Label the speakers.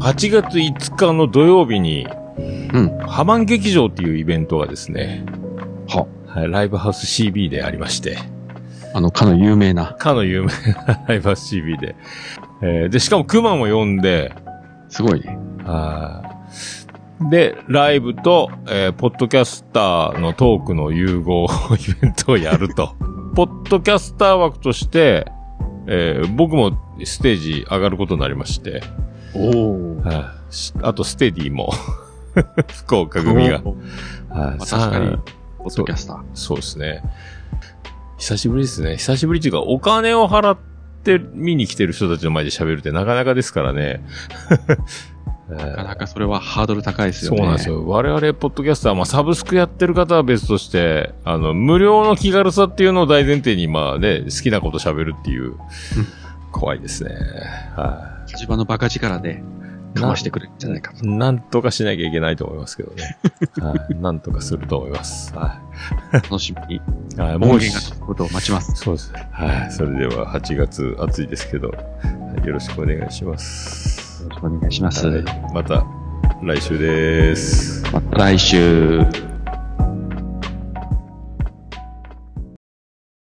Speaker 1: 8月5日の土曜日に、
Speaker 2: うん。
Speaker 1: ハマン劇場っていうイベントがですね、
Speaker 2: は。
Speaker 1: はい、ライブハウス CB でありまして、
Speaker 2: あの、かの有名な。
Speaker 1: かの有名なライブハウス CB で。えーで、しかもクマも呼んで、
Speaker 2: すごいね。
Speaker 1: はいで、ライブと、えーポッドキャスターのトークの融合イベントをやる と。ポッドキャスター枠として、えー僕もステージ上がることになりまして、
Speaker 2: おお。
Speaker 1: はいしあとステディも、 福岡組が。はい
Speaker 2: まあ確かに
Speaker 1: さあ
Speaker 2: ポッドキャスター。
Speaker 1: そうですね。久しぶりですね。久しぶりというか、お金を払って見に来てる人たちの前で喋るってなかなかですからね。えー
Speaker 2: なかなかそれはハードル高いですよ
Speaker 1: そう
Speaker 2: ね。
Speaker 1: なんです。よ。我々、ポッドキャスター、まあ、サブスクやってる方は別として、あの、無料の気軽さっていうのを大前提に、まあね、好きなこと喋るっていう、怖いですね。は
Speaker 2: 立場のバカ力でかましてくれるんじゃないかと。
Speaker 1: い。なんとかしなきゃいけないと思いますけどね。はい。なんとかすると思います。は
Speaker 2: 楽し みに。
Speaker 1: い。はい、
Speaker 2: 暴
Speaker 1: う
Speaker 2: 言がつくことを待ちます。
Speaker 1: そうですね。はい。それでは、8月暑いですけど、はいよろしくお願いします。
Speaker 2: よろしくお願いします。
Speaker 1: はいまた、来週です。
Speaker 2: また来週。